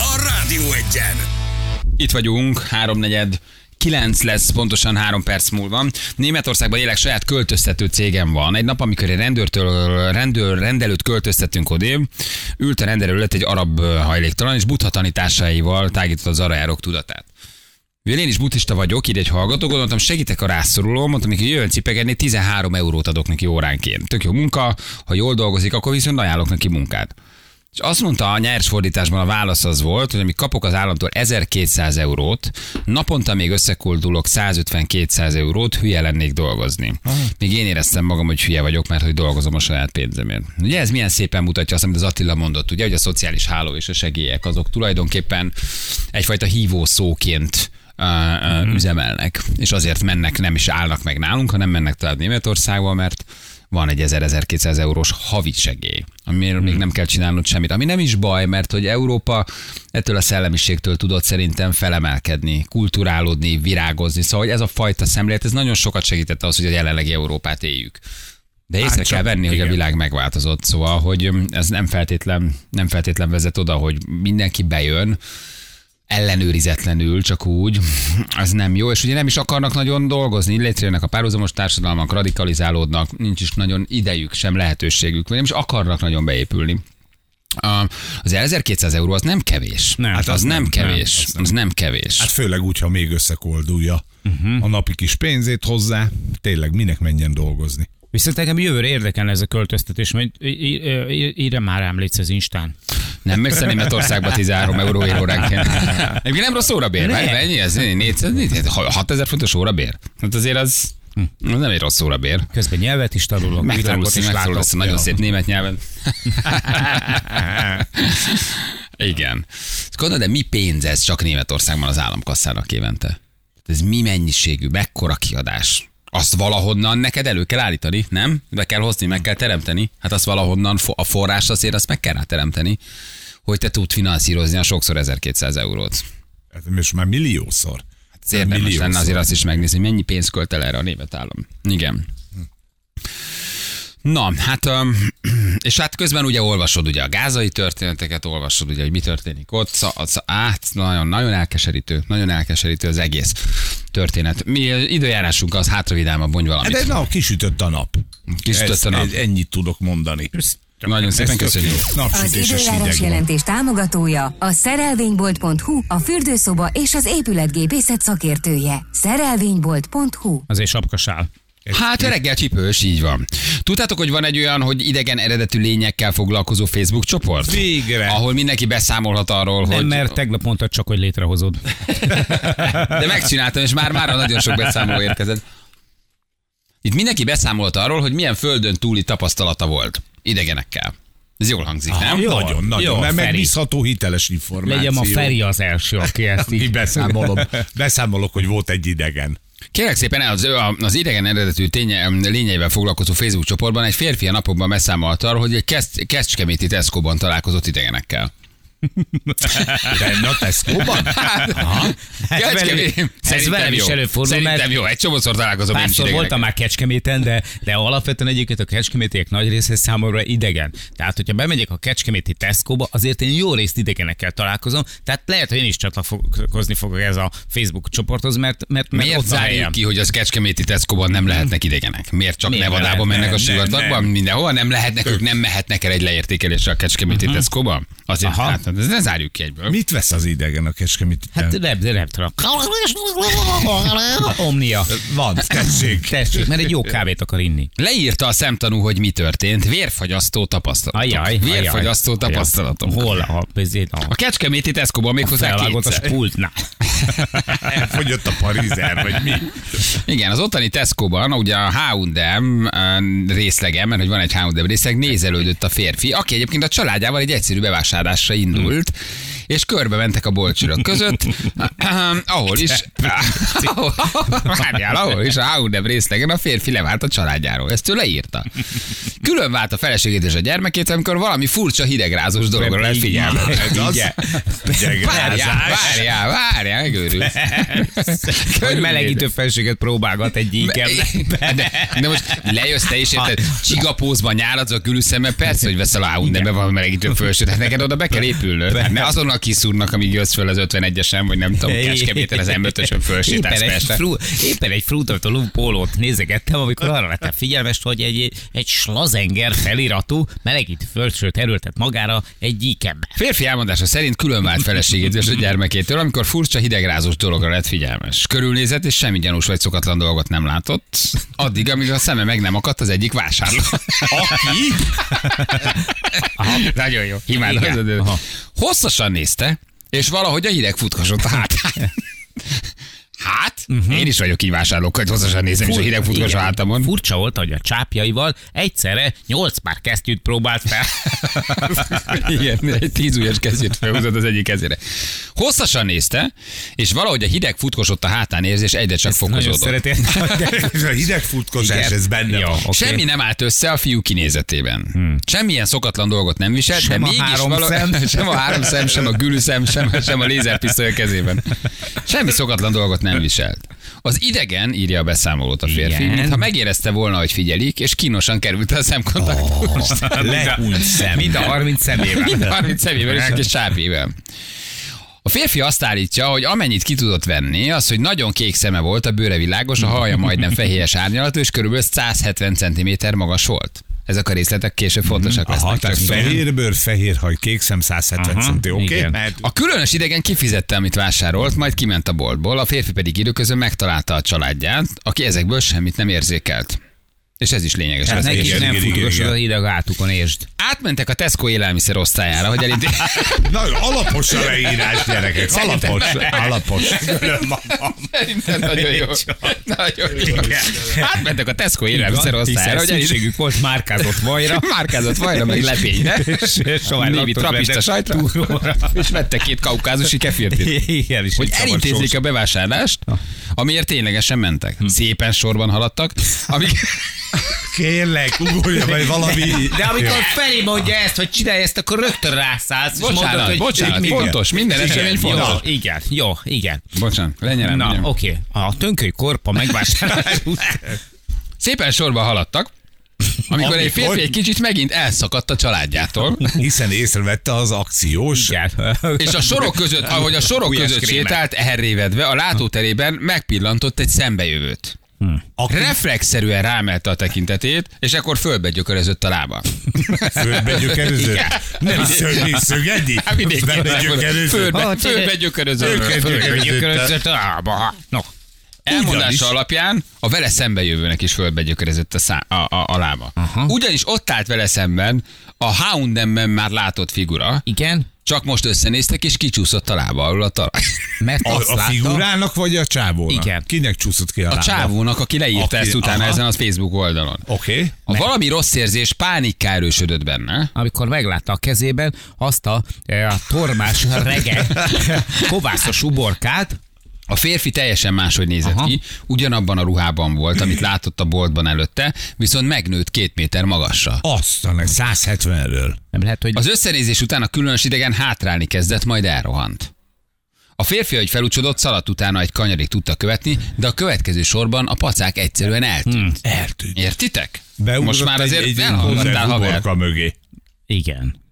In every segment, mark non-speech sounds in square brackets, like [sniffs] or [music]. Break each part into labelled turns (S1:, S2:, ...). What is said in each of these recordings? S1: Rádió egyen.
S2: Itt vagyunk, háromnegyed, kilenc lesz pontosan három perc múlva. Németországban élek, saját költöztető cégem van. Egy nap, amikor egy rendőrtől, rendőr, rendelőt költöztetünk odébb, ült a rendelő lett egy arab ö, hajléktalan, és buddha tanításaival tágította az arajárok tudatát. Mivel én is buddhista vagyok, így egy hallgató, gondoltam, segítek a rászoruló, mondtam neki, jöjjön cipegedni, 13 eurót adok neki óránként. Tök jó munka, ha jól dolgozik, akkor viszont ajánlok neki munkát. És azt mondta a nyers fordításban a válasz az volt, hogy amíg kapok az államtól 1200 eurót, naponta még összekuldulok 150-200 eurót, hülye lennék dolgozni. Még én éreztem magam, hogy hülye vagyok, mert hogy dolgozom a saját pénzemért. Ugye ez milyen szépen mutatja azt, amit az Attila mondott, ugye, hogy a szociális háló és a segélyek azok tulajdonképpen egyfajta hívó szóként ö, ö, üzemelnek, és azért mennek, nem is állnak meg nálunk, hanem mennek tovább Németországba, mert van egy 1000-1200 eurós havi segély, amiről még nem kell csinálnod semmit. Ami nem is baj, mert hogy Európa ettől a szellemiségtől tudott szerintem felemelkedni, kulturálódni, virágozni. Szóval hogy ez a fajta szemlélet, ez nagyon sokat segített ahhoz, hogy a jelenlegi Európát éljük. De észre
S3: csak-
S2: kell venni, hogy a
S3: igen.
S2: világ megváltozott, szóval, hogy öm, ez nem feltétlen, nem feltétlen vezet oda, hogy mindenki bejön, ellenőrizetlenül, csak úgy, [sniffs] az nem jó, és ugye nem is akarnak nagyon dolgozni, így létrejönnek a párhuzamos társadalmak, radikalizálódnak, nincs is nagyon idejük, sem lehetőségük, vagy nem is akarnak nagyon beépülni. A- Az 1200 euró az nem kevés.
S3: Nem,
S2: hát az,
S3: az
S2: nem,
S3: nem,
S2: kevés.
S3: nem,
S2: az, nem. az nem kevés.
S1: Hát főleg úgy, ha még összekoldulja uh-huh. a napi kis pénzét hozzá. Tényleg, minek menjen dolgozni?
S3: Viszont engem jövőre érdekel ez a költöztetés, majd í- í- í- írja már emléksz az Instán.
S2: Nem mész el Németországba 13 euróért óránként. Egyébként nem rossz órabér,
S3: Nem.
S2: nem. Ennyi, ez 400, 6000 fontos órabér. Hát azért az, az nem egy rossz órabér.
S3: Közben nyelvet is tanulok,
S2: Megtanulsz,
S3: világot is látok.
S2: megtanulsz a nagyon
S3: Ja.
S2: szép német [laughs] nyelven. Igen. És Gondolod, de mi pénz ez csak Németországban az államkasszának évente? Ez mi mennyiségű, mekkora kiadás? Azt valahonnan neked elő kell állítani, nem? Be kell hozni, meg kell teremteni. Hát azt valahonnan, fo- a forrás azért azt meg kell rá teremteni, hogy te tud finanszírozni a sokszor 1200 eurót.
S1: Hát most már milliószor. Hát
S2: Ez érdemes lenne azért azt is megnézni, hogy mennyi pénzt költ el erre a német állam. Igen. Na, hát, öm, [clears throat] és hát közben ugye olvasod ugye a gázai történeteket, olvasod ugye, hogy mi történik ott, szá, szá, át, nagyon, nagyon elkeserítő, nagyon elkeserítő az egész történet. Mi ö, időjárásunk az hátravidáma, mondj
S1: Hát
S2: valamit.
S1: egy nap, kisütött a nap.
S2: Kisütött
S1: Ezt-
S2: a nap.
S1: egy- Ennyit tudok mondani.
S2: Nagyon szépen
S1: Ez tök
S2: köszönjük.
S1: jó.
S4: Az
S1: Napsütéses hideg
S4: időjárás
S1: van.
S4: jelentés támogatója a szerelvénybolt.hu, a fürdőszoba és az épületgépészet szakértője. Szerelvénybolt.hu
S3: Azért sapkasál.
S2: Hát reggel csipős, így van. Tudtátok, hogy van egy olyan, hogy idegen eredetű lényekkel foglalkozó Facebook csoport?
S1: Végre.
S2: Ahol mindenki beszámolhat arról, hogy...
S3: Nem, mert tegnap mondtad csak, hogy
S2: [laughs]
S3: létrehozod.
S2: De megcsináltam, és már már nagyon sok beszámoló érkezett. Itt mindenki beszámolt arról, hogy milyen földön túli tapasztalata volt idegenekkel. Ez jól hangzik, nem?
S3: jó.
S1: Nagyon, nagyon.
S3: Jó,
S1: Mert
S3: Feri.
S1: megbízható, hiteles információ.
S3: Legyen ma Feri az első, aki ezt
S1: Így
S3: így...
S2: [laughs]
S1: beszámolom. Beszámolok, hogy volt egy idegen.
S2: Kérlek szépen, az, az idegen eredetű ténye, lényeivel foglalkozó Facebook csoportban egy férfi a napokban beszámolt arról, hogy egy kesz, kecskeméti Tesco-ban találkozott idegenekkel.
S1: Benne a
S2: [laughs]
S1: Tesco-ban?
S2: Aha.
S3: Ez velem-
S2: Kecskemét.
S3: ez
S2: Hát, Szerintem
S3: velem is
S2: jó.
S3: előfordul,
S2: Szerintem
S3: mert
S2: jó, egy csomószor találkozom én is
S3: Párszor
S2: idegenekkel.
S3: voltam már Kecskeméten, de, de alapvetően egyébként a kecskemétiek nagy része számomra idegen. Tehát, hogyha bemegyek a kecskeméti Tesco-ba, azért én jó részt idegenekkel találkozom, tehát lehet, hogy én is csatlakozni fogok ez a Facebook csoporthoz, mert, mert, mert
S2: Miért
S3: ott van
S2: zárjuk
S3: helyem.
S2: ki, hogy az kecskeméti Tesco-ban nem lehetnek idegenek? Miért csak
S3: Miért
S2: Miért
S3: ne
S2: Nevadában
S3: lehetnek?
S2: mennek a
S1: Nem,
S2: sivatagban?
S1: nem.
S2: Mindenhova nem lehetnek, ők nem mehetnek el egy leértékelésre a kecskeméti Tesco-ba? Azért
S3: Mhm. Aha.
S2: hát, ez ne zárjuk ki egyből.
S1: Mit vesz az idegen a kecskemét?
S3: Hát nem, de nem tudom. Omnia.
S1: Van, tessék.
S3: [laughs] Tessék, mert egy jó kávét akar inni.
S2: Leírta a szemtanú, hogy mi történt. Vérfagyasztó tapasztalatok.
S3: Ajaj, ajaj.
S2: Vérfagyasztó
S3: Ajaj.
S2: tapasztalatok.
S3: Hol? A, bizony,
S2: A
S3: a
S2: kecskeméti Tesco-ban méghozzá
S3: felvágott a
S2: kétszer.
S3: spultnál.
S1: Elfogyott a parizer, vagy mi?
S2: Igen, az ottani Tesco-ban, ugye a H&M részlege, mert hogy van egy H&M részleg, nézelődött a férfi, aki egyébként a családjával egy egyszerű bevásárlásra indult, és körbe mentek a bolcsörök között, eh, ahol
S1: [laughs]
S2: is, ahol, várjál, ahol is a H&M részlegen a férfi levált a családjáról. Ezt ő leírta. Külön vált a feleségét és a gyermekét, amikor valami furcsa hidegrázós dologra lett figyelme.
S1: [laughs] Ez az?
S3: Igen.
S1: Idegen.
S2: Várjál, várjál, várjál, megőrülsz.
S3: Hogy
S2: Körülnézek.
S3: melegítő felséget próbálgat egy
S2: De,
S3: ingemben.
S2: de, de, most lejössz te is, érted? Csigapózban nyáladsz a külszemmel, persze, hogy veszel a H&M-be valami melegítő fölsőt, hát neked oda be kell épülnöd. Hát Ne azonnal azonnal kiszúrnak, amíg jössz föl az 51-esen, vagy nem tudom, kecskeméten az M5-ösön fölsétálsz
S3: éppen egy,
S2: Pestre.
S3: fru, éppen egy frutatoló pólót nézegettem, amikor arra lettem figyelmes, hogy egy, egy slazenger feliratú melegít földsőt erőltet magára egy gyíkembe.
S2: Férfi elmondása szerint külön vált feleségét és a gyermekétől, amikor furcsa hidegrázós dologra lett figyelmes. Körülnézett, és semmi gyanús vagy szokatlan dolgot nem látott, addig, amíg a szeme meg nem akadt az egyik vásárló. Aki? Nagyon jó. Imádom.
S3: Igen.
S2: ez a dő.
S3: Aha.
S2: Hosszasan nézte, és valahogy a hideg futkosott a
S3: [laughs]
S2: hátán. Hát, uh-huh. én is vagyok így vásárlók, hogy hosszasan nézem, és a hideg futkos a
S3: Mhm. Igen.
S2: hátamon.
S3: Furcsa volt, hogy a csápjaival egyszerre 8 pár kesztyűt próbált
S2: [laughs]
S3: fel.
S2: Igen, egy tíz ujjas kezét felhúzott az egyik kezére. Hosszasan nézte, és valahogy a hideg futkosott a hátán érzés egyre csak
S3: Nagyon
S2: fokozódott.
S3: szereti. [laughs]
S2: [laughs]
S3: Hát
S1: Ez a hideg futkosás, ez benne
S3: Jó,
S1: van.
S3: oké.
S2: Semmi nem állt össze a fiú kinézetében. Hmm. Semmilyen szokatlan dolgot nem viselt,
S3: Sem
S2: de
S3: a
S2: mégis
S3: három
S2: vala-
S3: szem.
S2: [laughs] sem a három szem, sem a gülüszem, sem, sem a lézerpisztoly a kezében. Semmi szokatlan dolgot nem viselt. Az idegen, írja a beszámolót a férfi,
S3: Igen.
S2: mintha megérezte volna, hogy figyelik, és kínosan került a szemkontaktust. Oh.
S3: Lehúny szem. Mind a 30 szemével.
S2: Mind a 30 szemével és egy kis csápével. A férfi azt állítja, hogy amennyit ki tudott venni, az, hogy nagyon kék szeme volt, a bőre világos, a haja majdnem fehéres árnyalatú, és körülbelül 170 cm magas volt. Ezek a részletek később fontosak
S1: Aha,
S2: lesznek.
S1: tehát fehér bőr, fehér haj, kék szem, 170 centi, oké?
S3: igen.
S1: Mert
S2: A különös idegen kifizette, amit vásárolt, majd kiment a boltból, a férfi pedig időközben megtalálta a családját, aki ezekből semmit nem érzékelt. És ez is lényeges.
S3: Hát
S2: lesz.
S3: neki is
S1: igen,
S3: nem
S1: igen,
S3: futkos
S1: igen.
S3: a hideg átukon, értsd.
S2: Átmentek a Tesco élelmiszer osztályára, hogy
S1: [laughs]
S2: elindítsák.
S1: Na, alapos a leírás, gyerekek.
S2: Szerintem
S1: Alapos,
S2: nem.
S1: alapos.
S2: Szerintem nagyon jó. Nagyon jó. Átmentek a Tesco élelmiszer osztályra, hogy elindítsák.
S3: szükségük volt márkázott vajra.
S2: [laughs] Márkázott vajra, meg
S3: [laughs]
S2: lepényre.
S3: Sovány
S2: Némi
S3: laptop
S2: trapista
S3: vendett
S2: sajtra.
S3: túróra.
S2: [laughs] És vettek két kaukázusi kefirtét.
S3: Igen, és
S2: Hogy
S3: egy szabad
S2: elintézzék
S3: sós.
S2: a bevásárlást, amiért ténylegesen mentek.
S3: Hm.
S2: Szépen sorban haladtak,
S3: [laughs]
S2: amíg
S1: Kérlek, ugorja vagy valami.
S3: De amikor felé mondja ezt, hogy csinálj ezt, akkor rögtön rászállsz. és mondod,
S2: Bocsánat,
S3: hogy-
S2: bocsánat,
S3: Igen.
S2: fontos, minden esemény
S3: Igen, jó,
S2: fontos.
S3: igen, jó, igen.
S2: Bocsánat, lenyelem.
S3: Na,
S2: lenyelem.
S3: oké. A tönköly korpa megvásárlás
S2: [laughs]
S3: után.
S2: Szépen sorba haladtak, amikor egy férfi
S1: Amikor?
S2: egy kicsit megint elszakadt a
S3: [laughs]
S2: családjától.
S1: Hiszen észrevette az akciós.
S3: Igen.
S2: És a sorok között, ahogy a sorok
S3: Ujjas
S2: között
S3: krémek.
S2: sétált, elrévedve, a látóterében megpillantott egy szembejövőt.
S1: Aki
S2: Reflexzerűen rámelte a tekintetét, és akkor fölbe gyökerezett a
S1: [laughs]
S2: lába.
S1: földbe gyökeröző.
S2: Igen.
S1: Nem szögni, szögedi.
S2: Hát mindig
S1: Földbe
S2: kell.
S1: gyökeröző.
S2: Fölbe,
S3: Ah,
S2: fölbe gyökerező.
S1: Fölbe
S2: Fölbe.
S3: Gyökörözött a lába. No.
S2: Elmondása
S1: Ugyanis-
S2: alapján a vele szembejövőnek is fölbegyökerezett a, szá- a, a, a lába. Ugyanis ott állt vele szemben a Houndenben már látott figura,
S3: Igen,
S2: csak most összenéztek, és kicsúszott a lába alul a talaj.
S3: mert
S1: A,
S3: azt
S1: a
S3: látta,
S1: figurának vagy a csávónak?
S3: Igen.
S1: Kinek csúszott ki a,
S2: A
S1: lába?
S2: csávónak, aki leírta
S1: Aki-
S2: ezt utána
S1: aha.
S2: ezen a Facebook oldalon.
S1: Oké. Okay.
S2: Ha valami rossz érzés, pánikká erősödött benne,
S3: amikor meglátta a kezében azt a, e, a tormás rege kovászos uborkát,
S2: a férfi teljesen máshogy nézett
S3: Aha.
S2: ki, ugyanabban a ruhában volt, amit látott a boltban előtte, viszont megnőtt két méter magasra.
S1: Aztán 170-ről.
S3: nem lehet, hogy
S2: Az összenézés után a különös idegen hátrálni kezdett, majd elrohant. A férfi, hogy felúcsodott, szaladt utána egy kanyarig tudta követni, de a következő sorban a pacák egyszerűen eltűnt. Hmm.
S1: Eltűnt.
S2: Értitek?
S1: Beugrott
S2: Most már azért
S1: egy, egy
S2: elhallgattál, haver.
S1: konzervuborka mögé.
S3: igen.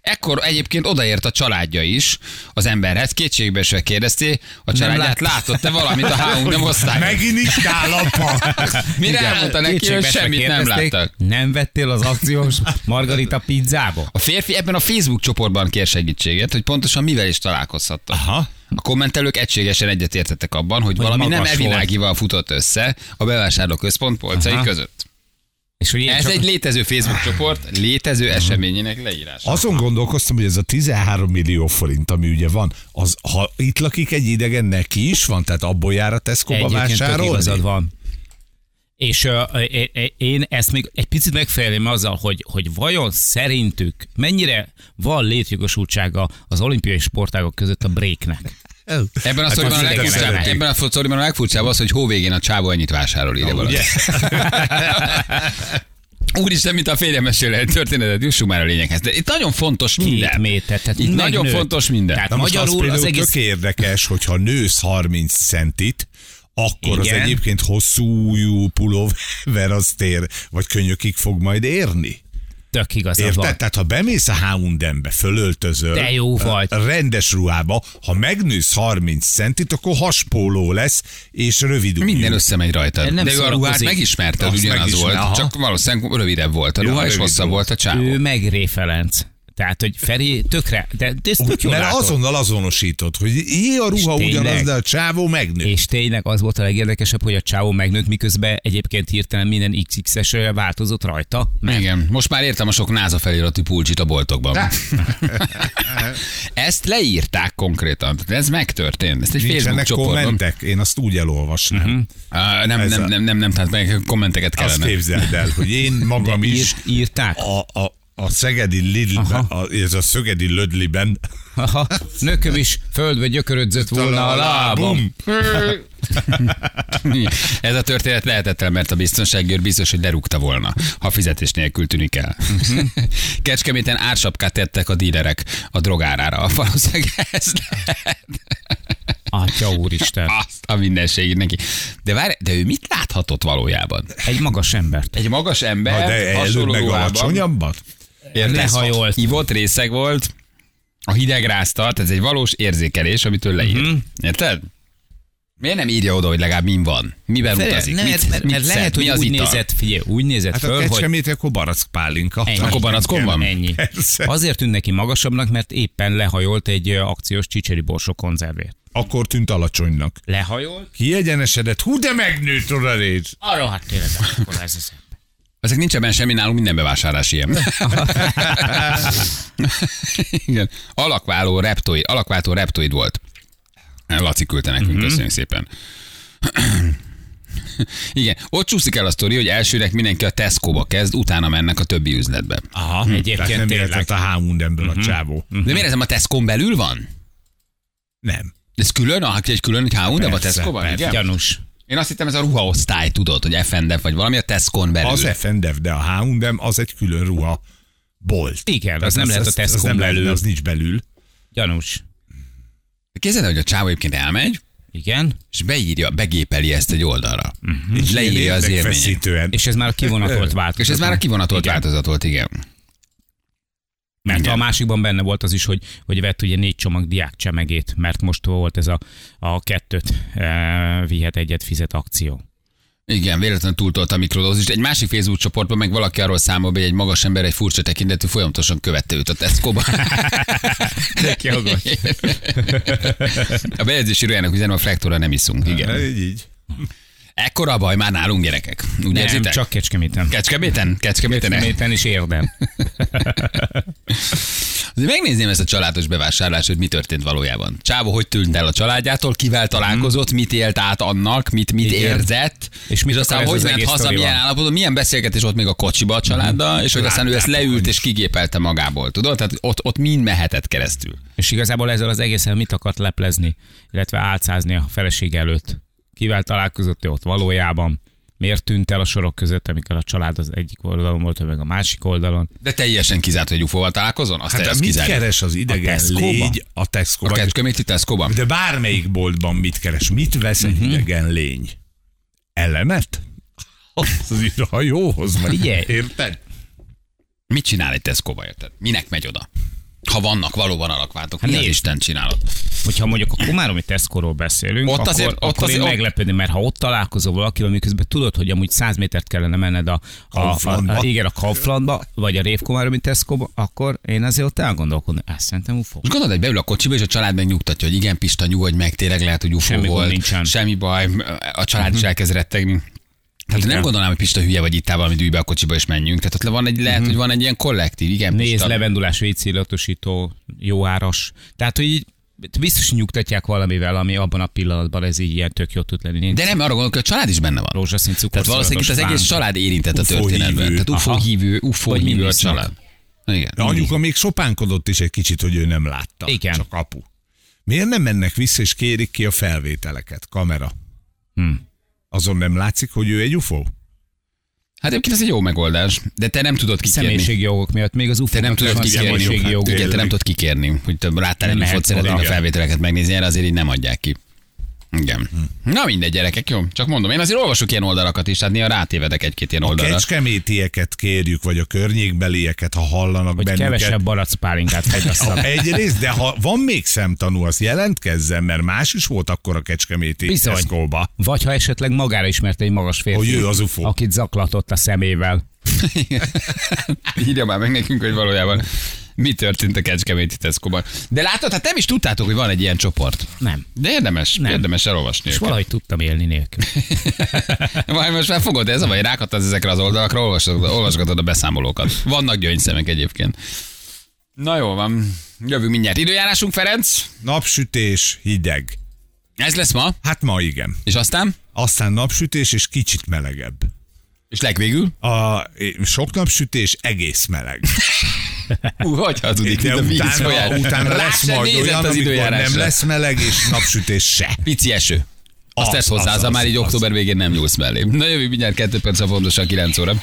S2: Ekkor egyébként odaért a családja is az emberhez, kétségbe se kérdezté, a családját
S3: lát-
S2: látott-e valamit a háunk nem osztály.
S1: Megint itt áll a pa.
S2: Mire elmondta neki, hogy
S3: Kétségbe se
S2: semmit nem
S3: kérdezték,
S2: láttak.
S3: Nem vettél az akciós margarita pizzába?
S2: A férfi ebben a Facebook csoportban kér segítséget, hogy pontosan mivel is találkozhattak.
S1: Aha.
S2: A kommentelők egységesen egyetértettek abban, hogy,
S3: Hogy
S2: valami nem
S3: magas volt.
S2: evilágival futott össze a bevásárlóközpont polcai
S3: Aha.
S2: között.
S3: És hogy ilyen
S2: Ez
S3: csak-
S2: egy létező Facebook csoport, létező eseményének leírása.
S1: Azon gondolkoztam, hogy ez a 13 millió forint, ami ugye van, az, ha itt lakik egy idegen, neki is van, tehát abból jár a Tesco-ba
S3: Egyébként tök igazad
S1: vásárolni?
S3: van. És ö, ö, ö, én ezt még egy picit megfelelném azzal, hogy, hogy vajon szerintük mennyire van létjogosultsága az olimpiai sportágok között a breaknek?
S2: Ebben a sztoriban a
S1: szerintem
S2: legfurcsább,
S1: szeretik.
S2: ebben a sztoriban a legfurcsább az, hogy hóvégén a csávó ennyit vásárol ide valaki.
S1: Ugye?
S2: Úristen, mint a férjem mesél egy történetet, jussunk már a lényeghez. De itt nagyon fontos minden.
S3: Két méter. Tehát
S2: Itt nagyon
S3: megnőtt.
S2: fontos minden.
S3: Tehát
S1: Na most az,
S3: magyarul
S1: például
S3: az egész...
S1: tök érdekes, hogyha nősz 30 centit, akkor Igen. az
S3: Igen.
S1: egyébként hosszú újú pulóver az tér, vagy könnyökig fog majd érni.
S3: Tök igazad van.
S1: Érted? Tehát ha bemész a H&M-be, fölöltözöl,
S3: De jó vagy.
S1: rendes ruhába, ha megnősz 30 centit, akkor haspóló lesz, és rövid ujjú.
S2: Minden összemegy rajta.
S3: Nem
S2: Nem De ő a ruhát
S3: szórakozik.
S2: megismerted,
S1: Azt
S2: ugyanaz
S1: megismer-
S2: volt.
S1: aha.
S2: Csak valószínűleg rövidebb volt. A
S1: Ja,
S2: ruha is
S1: rövid
S2: hosszabb
S1: volt.
S2: volt a csávó.
S3: Ő megréfelenc. Tehát, hogy Feri tökre, de, de ezt tök jól
S1: Mert
S3: látod.
S1: azonnal azonosítod, hogy így a ruha
S3: És
S1: ugyanaz,
S3: tényleg.
S1: de a csávó megnő.
S3: És tényleg az volt a legérdekesebb, hogy a csávó megnőtt, miközben egyébként hirtelen minden XX-esre változott rajta.
S2: Igen, most már értem a sok náza feliratú pulcsit a boltokban. [laughs] Ezt leírták konkrétan, Tehát ez megtörtént. Ezt egy Facebook
S1: Nincsenek
S2: csoportban.
S1: kommentek, én azt úgy elolvasnám.
S3: Mhm,
S1: Uh-huh.
S2: Á, nem,
S1: Ez
S2: nem,
S1: a-
S2: nem, nem, nem, tehát meg kommenteket
S1: Azt
S2: kellene. [laughs]
S1: képzeld el, hogy én magam is
S3: Írt, írták.
S1: a, a, a szegedi Lidlben,
S3: Aha.
S1: a, ez a szögedi Lödliben
S3: Aha, nököm is földbe gyökörödzött volna a lábam.
S2: Ez a történet lehetetlen, mert a biztonságőr biztos, hogy lerúgta volna, ha fizetés nélkül tűnik el.
S1: Mhm.
S2: [laughs] Kecskeméten ársapkát tettek a dílerek a drogárára. [laughs] Valószínűleg ez lehet.
S3: Atya úristen.
S2: Azt a mindenség neki. De várj, de ő mit láthatott valójában?
S3: Egy magas embert.
S2: Egy magas ember,
S1: Ha de előbb meg alacsonyabbat?
S2: Érted?
S3: Lehajolt.
S2: Ivott részeg volt, a hideg rázta, tehát ez egy valós érzékelés, amit ő leír.
S3: Mhm.
S2: Mm-hmm. Érted? Miért nem írja oda, hogy legalább min van? Miben
S3: Feri,
S2: utazik?
S3: nem,
S2: mit,
S3: mert, mert,
S2: mit
S3: mert
S2: szed?
S3: lehet,
S2: Mi
S3: hogy
S2: az
S3: úgy
S2: ital?
S3: nézett, figyelj, úgy nézett
S1: Hát a
S3: föl, hogy
S1: kecskemét, akkor barack pálinka.
S3: Ennyi.
S2: Akkor barackon van?
S3: ennyi.
S1: Persze.
S3: Azért tűnt neki magasabbnak, mert éppen lehajolt egy ö, akciós csicseri borsó konzervét.
S1: Akkor tűnt alacsonynak.
S3: Lehajolt?
S1: Kiegyenesedett, hú de megnőtt oda rész.
S3: Arra hát tényleg akkor ez az ember.
S2: Ezek nincs ebben semmi, nálunk minden bevásárlás
S3: [laughs]
S2: ilyen. Igen. Alakváló reptoid, alakváltó reptoid volt. Laci küldte nekünk,
S3: Mhm.
S2: mm-hmm. köszönjük szépen. Igen, ott csúszik el a sztori, hogy elsőnek mindenki a Tesco-ba kezd, utána mennek a többi üzletbe.
S3: Aha,
S1: Tehát
S3: egyébként
S1: nem
S3: tényleg. Mhm.
S1: értett a hámundemből a csávó.
S2: De miért ez nem a Tesco-n belül van?
S1: Nem.
S2: Ez külön, ah, egy külön H&M, de a
S1: Persze,
S2: Tesco-ban?
S1: persze.
S2: Igen?
S3: Gyanús.
S2: Én azt hittem ez a ruhaosztály, tudod, hogy FNDF vagy valami a Tesco-n belül.
S1: Az FNDF, de a hámundem az egy külön ruha bolt.
S3: Igen, az nem
S1: Ez-
S3: lehet a
S1: ez- ez
S3: Tesco
S1: nem lehet,
S3: belül.
S1: Az nincs belül.
S3: Gyanús.
S2: Képzeld, el, hogy a csávó egyébként elmegy,
S3: Igen.
S2: és beírja, begépeli ezt egy oldalra. Mm-hmm. És leírja az élményét.
S1: Feszítően.
S3: És ez már a kivonatolt változat.
S2: És ez már a kivonatolt
S3: Igen.
S2: változat volt, igen.
S3: Mert
S2: Igen.
S3: a másikban benne volt az is, hogy, hogy vett ugye négy csomag diák csemegét, mert most volt ez a, a kettőt e, vihet egyet fizet akció.
S2: Igen, véletlenül túltolt a mikrodózist. Egy másik Facebook csoportban meg valaki arról számol, be, hogy egy magas ember egy furcsa tekintetű folyamatosan követte őt a Tesco-ba.
S3: jogos.
S2: [laughs] a bejegyzési rójának üzenem, a frektora nem iszunk. Igen.
S1: Így, így.
S2: Ekkora a baj már nálunk gyerekek. Úgy
S3: Nem,
S2: érzitek?
S3: csak kecskeméten.
S2: Kecskeméten? Kecskeméten?
S3: Kecskeméten is érdem.
S2: Azért megnézném ezt a családos bevásárlást, hogy mi történt valójában. Csávó, hogy tűnt el a családjától, kivel találkozott, mit élt át annak, mit, mit
S3: Mhm. Igen.
S2: érzett,
S3: És mit
S2: aztán
S3: akar ez
S2: hogy
S3: az
S2: ment
S3: egész Mhm.
S2: haza,
S3: sztorival?
S2: milyen állapotban, milyen beszélgetés volt még a kocsiba a családdal, és hogy aztán ő ezt leült és kigépelte magából, tudod? Tehát ott, ott mind mehetett keresztül.
S3: És igazából ezzel az egészen mit akart leplezni, illetve álcázni a feleség előtt? Kivel találkozott ő ott valójában? Miért tűnt el a sorok között, amikor a család az egyik oldalon volt, ő meg a másik oldalon?
S2: De teljesen kizárt, hogy ufóval találkozon? Azt
S1: Hát de
S2: hát
S1: mit
S2: kizárt.
S1: keres az idegen
S3: Tesco-ba?
S1: légy a tesco
S2: A kecskeméti tesco
S1: De bármelyik boltban mit keres? Mit vesz
S3: Mhm.
S1: egy idegen lény? Elemet? [laughs] Az ír a jóhoz meg.
S3: Figyelj.
S1: Érted?
S2: Mit csinál egy tesco érted? Minek megy oda? Ha vannak valóban alakváltók,
S3: Hát
S2: mi az
S3: nézd.
S2: Isten csinálod?
S3: Hogyha mondjuk a Komáromi Tesco-ról beszélünk,
S2: Ott
S3: ott akkor,
S2: azért-
S3: azért,
S2: ott
S3: akkor én
S2: azért- ott-
S3: meglepődöm, mert ha ott találkozol valakivel, miközben tudod, hogy amúgy 100 métert kellene menned a, a, a,
S1: Kauflandba.
S3: a, igen, a Kauflandba, vagy a Rév Komáromi Tesco-ba, akkor én azért ott elgondolkodom, ezt szerintem ufó.
S2: Most gondolod, hogy beül a kocsiba, és a család megnyugtatja, hogy igen, Pista, nyugodj meg, tényleg lehet, hogy UFO
S3: Semmi gond
S2: volt.
S3: nincsen. Mhm.
S2: Semmi baj, a család is elkezd rettegni. Tehát
S3: Igen.
S2: nem gondolnám, hogy Pista hülye vagy itt áll valami dűbe a kocsiba, és menjünk. Tehát ott le van egy, lehet, hogy van egy ilyen kollektív, igen,
S3: Mhm. Nézd,
S2: Pista.
S3: levendulás, vécillatosító, jó áras. Tehát, hogy így biztos nyugtatják valamivel, ami abban a pillanatban ez így ilyen tök jó tud lenni. Nincs
S2: De nem, arra gondolok, hogy a család is benne van.
S3: rózsaszín cukor.
S2: Tehát valószínűleg itt az egész család érintett a
S1: UFO
S2: történetben.
S1: hívő.
S2: Tehát UFO
S3: Aha.
S2: hívő, UFO
S3: Vagy
S2: hívő a
S3: mindisznak.
S2: család. Igen.
S1: De anyuka még sopánkodott is egy kicsit, hogy ő nem látta.
S3: Igen.
S1: Csak apu. Miért nem mennek vissza és kérik ki a felvételeket? Kamera.
S3: Hm.
S1: Azon nem látszik, hogy ő egy UFO?
S2: Hát egyébként ez egy jó megoldás, de te nem tudod kikérni.
S3: Személyiségi jogok miatt még az UFO.
S2: Te nem tudod kikérni.
S3: személyiségi jogok.
S2: Igen, te nem
S1: Tényleg.
S2: tudod kikérni, hogy te láttál
S3: Nem
S2: egy
S3: mehetsz
S2: fot szeretnéd a
S3: oda.
S2: felvételeket megnézni, erre azért így nem adják ki. Igen. Na mindegy, gyerekek, jó? Csak mondom, én azért olvasok ilyen oldalakat is, hát néha rátévedek egy-két ilyen
S1: A
S3: hát-
S2: oldalra.
S1: kecskemétieket kérjük, vagy a környékbelieket, ha hallanak
S3: Hogy
S1: bennünket.
S3: kevesebb barackpálinkát [laughs] fegyasszak.
S1: Egyrészt, de ha van még szemtanú, azt jelentkezzen, mert más is volt akkor a kecskeméti
S3: Bizony.
S1: Tesco-ba.
S3: Vagy ha esetleg magára ismerte egy magas férfi,
S1: Hogy ő az UFO.
S3: akit zaklatott a szemével.
S2: [laughs] Írja már meg nekünk, hogy valójában mi történt a Kecskeméti Tesco-ban. De látod, hát nem is tudtátok, hogy van egy ilyen csoport.
S3: Nem.
S2: De érdemes, nem.
S3: Nem.
S2: érdemes elolvasni
S3: És
S2: őket.
S3: valahogy tudtam élni nélkül.
S2: Vagy most már fogod, ez a baj, rákattasz ezekre az oldalakra, olvasod, olvasgatod a beszámolókat. Vannak gyöngyszemek egyébként. Na jó van, jövünk mindjárt. Időjárásunk, Ferenc?
S1: Napsütés, hideg.
S2: Ez lesz ma,
S1: Hát ma igen.
S2: és aztán?
S1: Aztán napsütés és kicsit melegebb.
S2: És legvégül?
S1: A sok napsütés egész meleg.
S2: Hú, hogy hazudik
S1: De
S2: itt a víz
S1: utána,
S2: folyás.
S1: utána
S2: Rá
S1: lesz
S2: sem
S1: majd
S2: nézett
S1: olyan,
S2: az
S1: amikor
S2: időjárásra.
S1: nem lesz meleg és napsütés se.
S2: Pici eső. Azt
S1: Az,
S2: tesz hozzá,
S1: az,
S2: az, az,
S1: az,
S2: már így
S1: az.
S2: október végén nem nyúlsz mellé. Na jövő mindjárt 2 perc a pontosan 9 óra.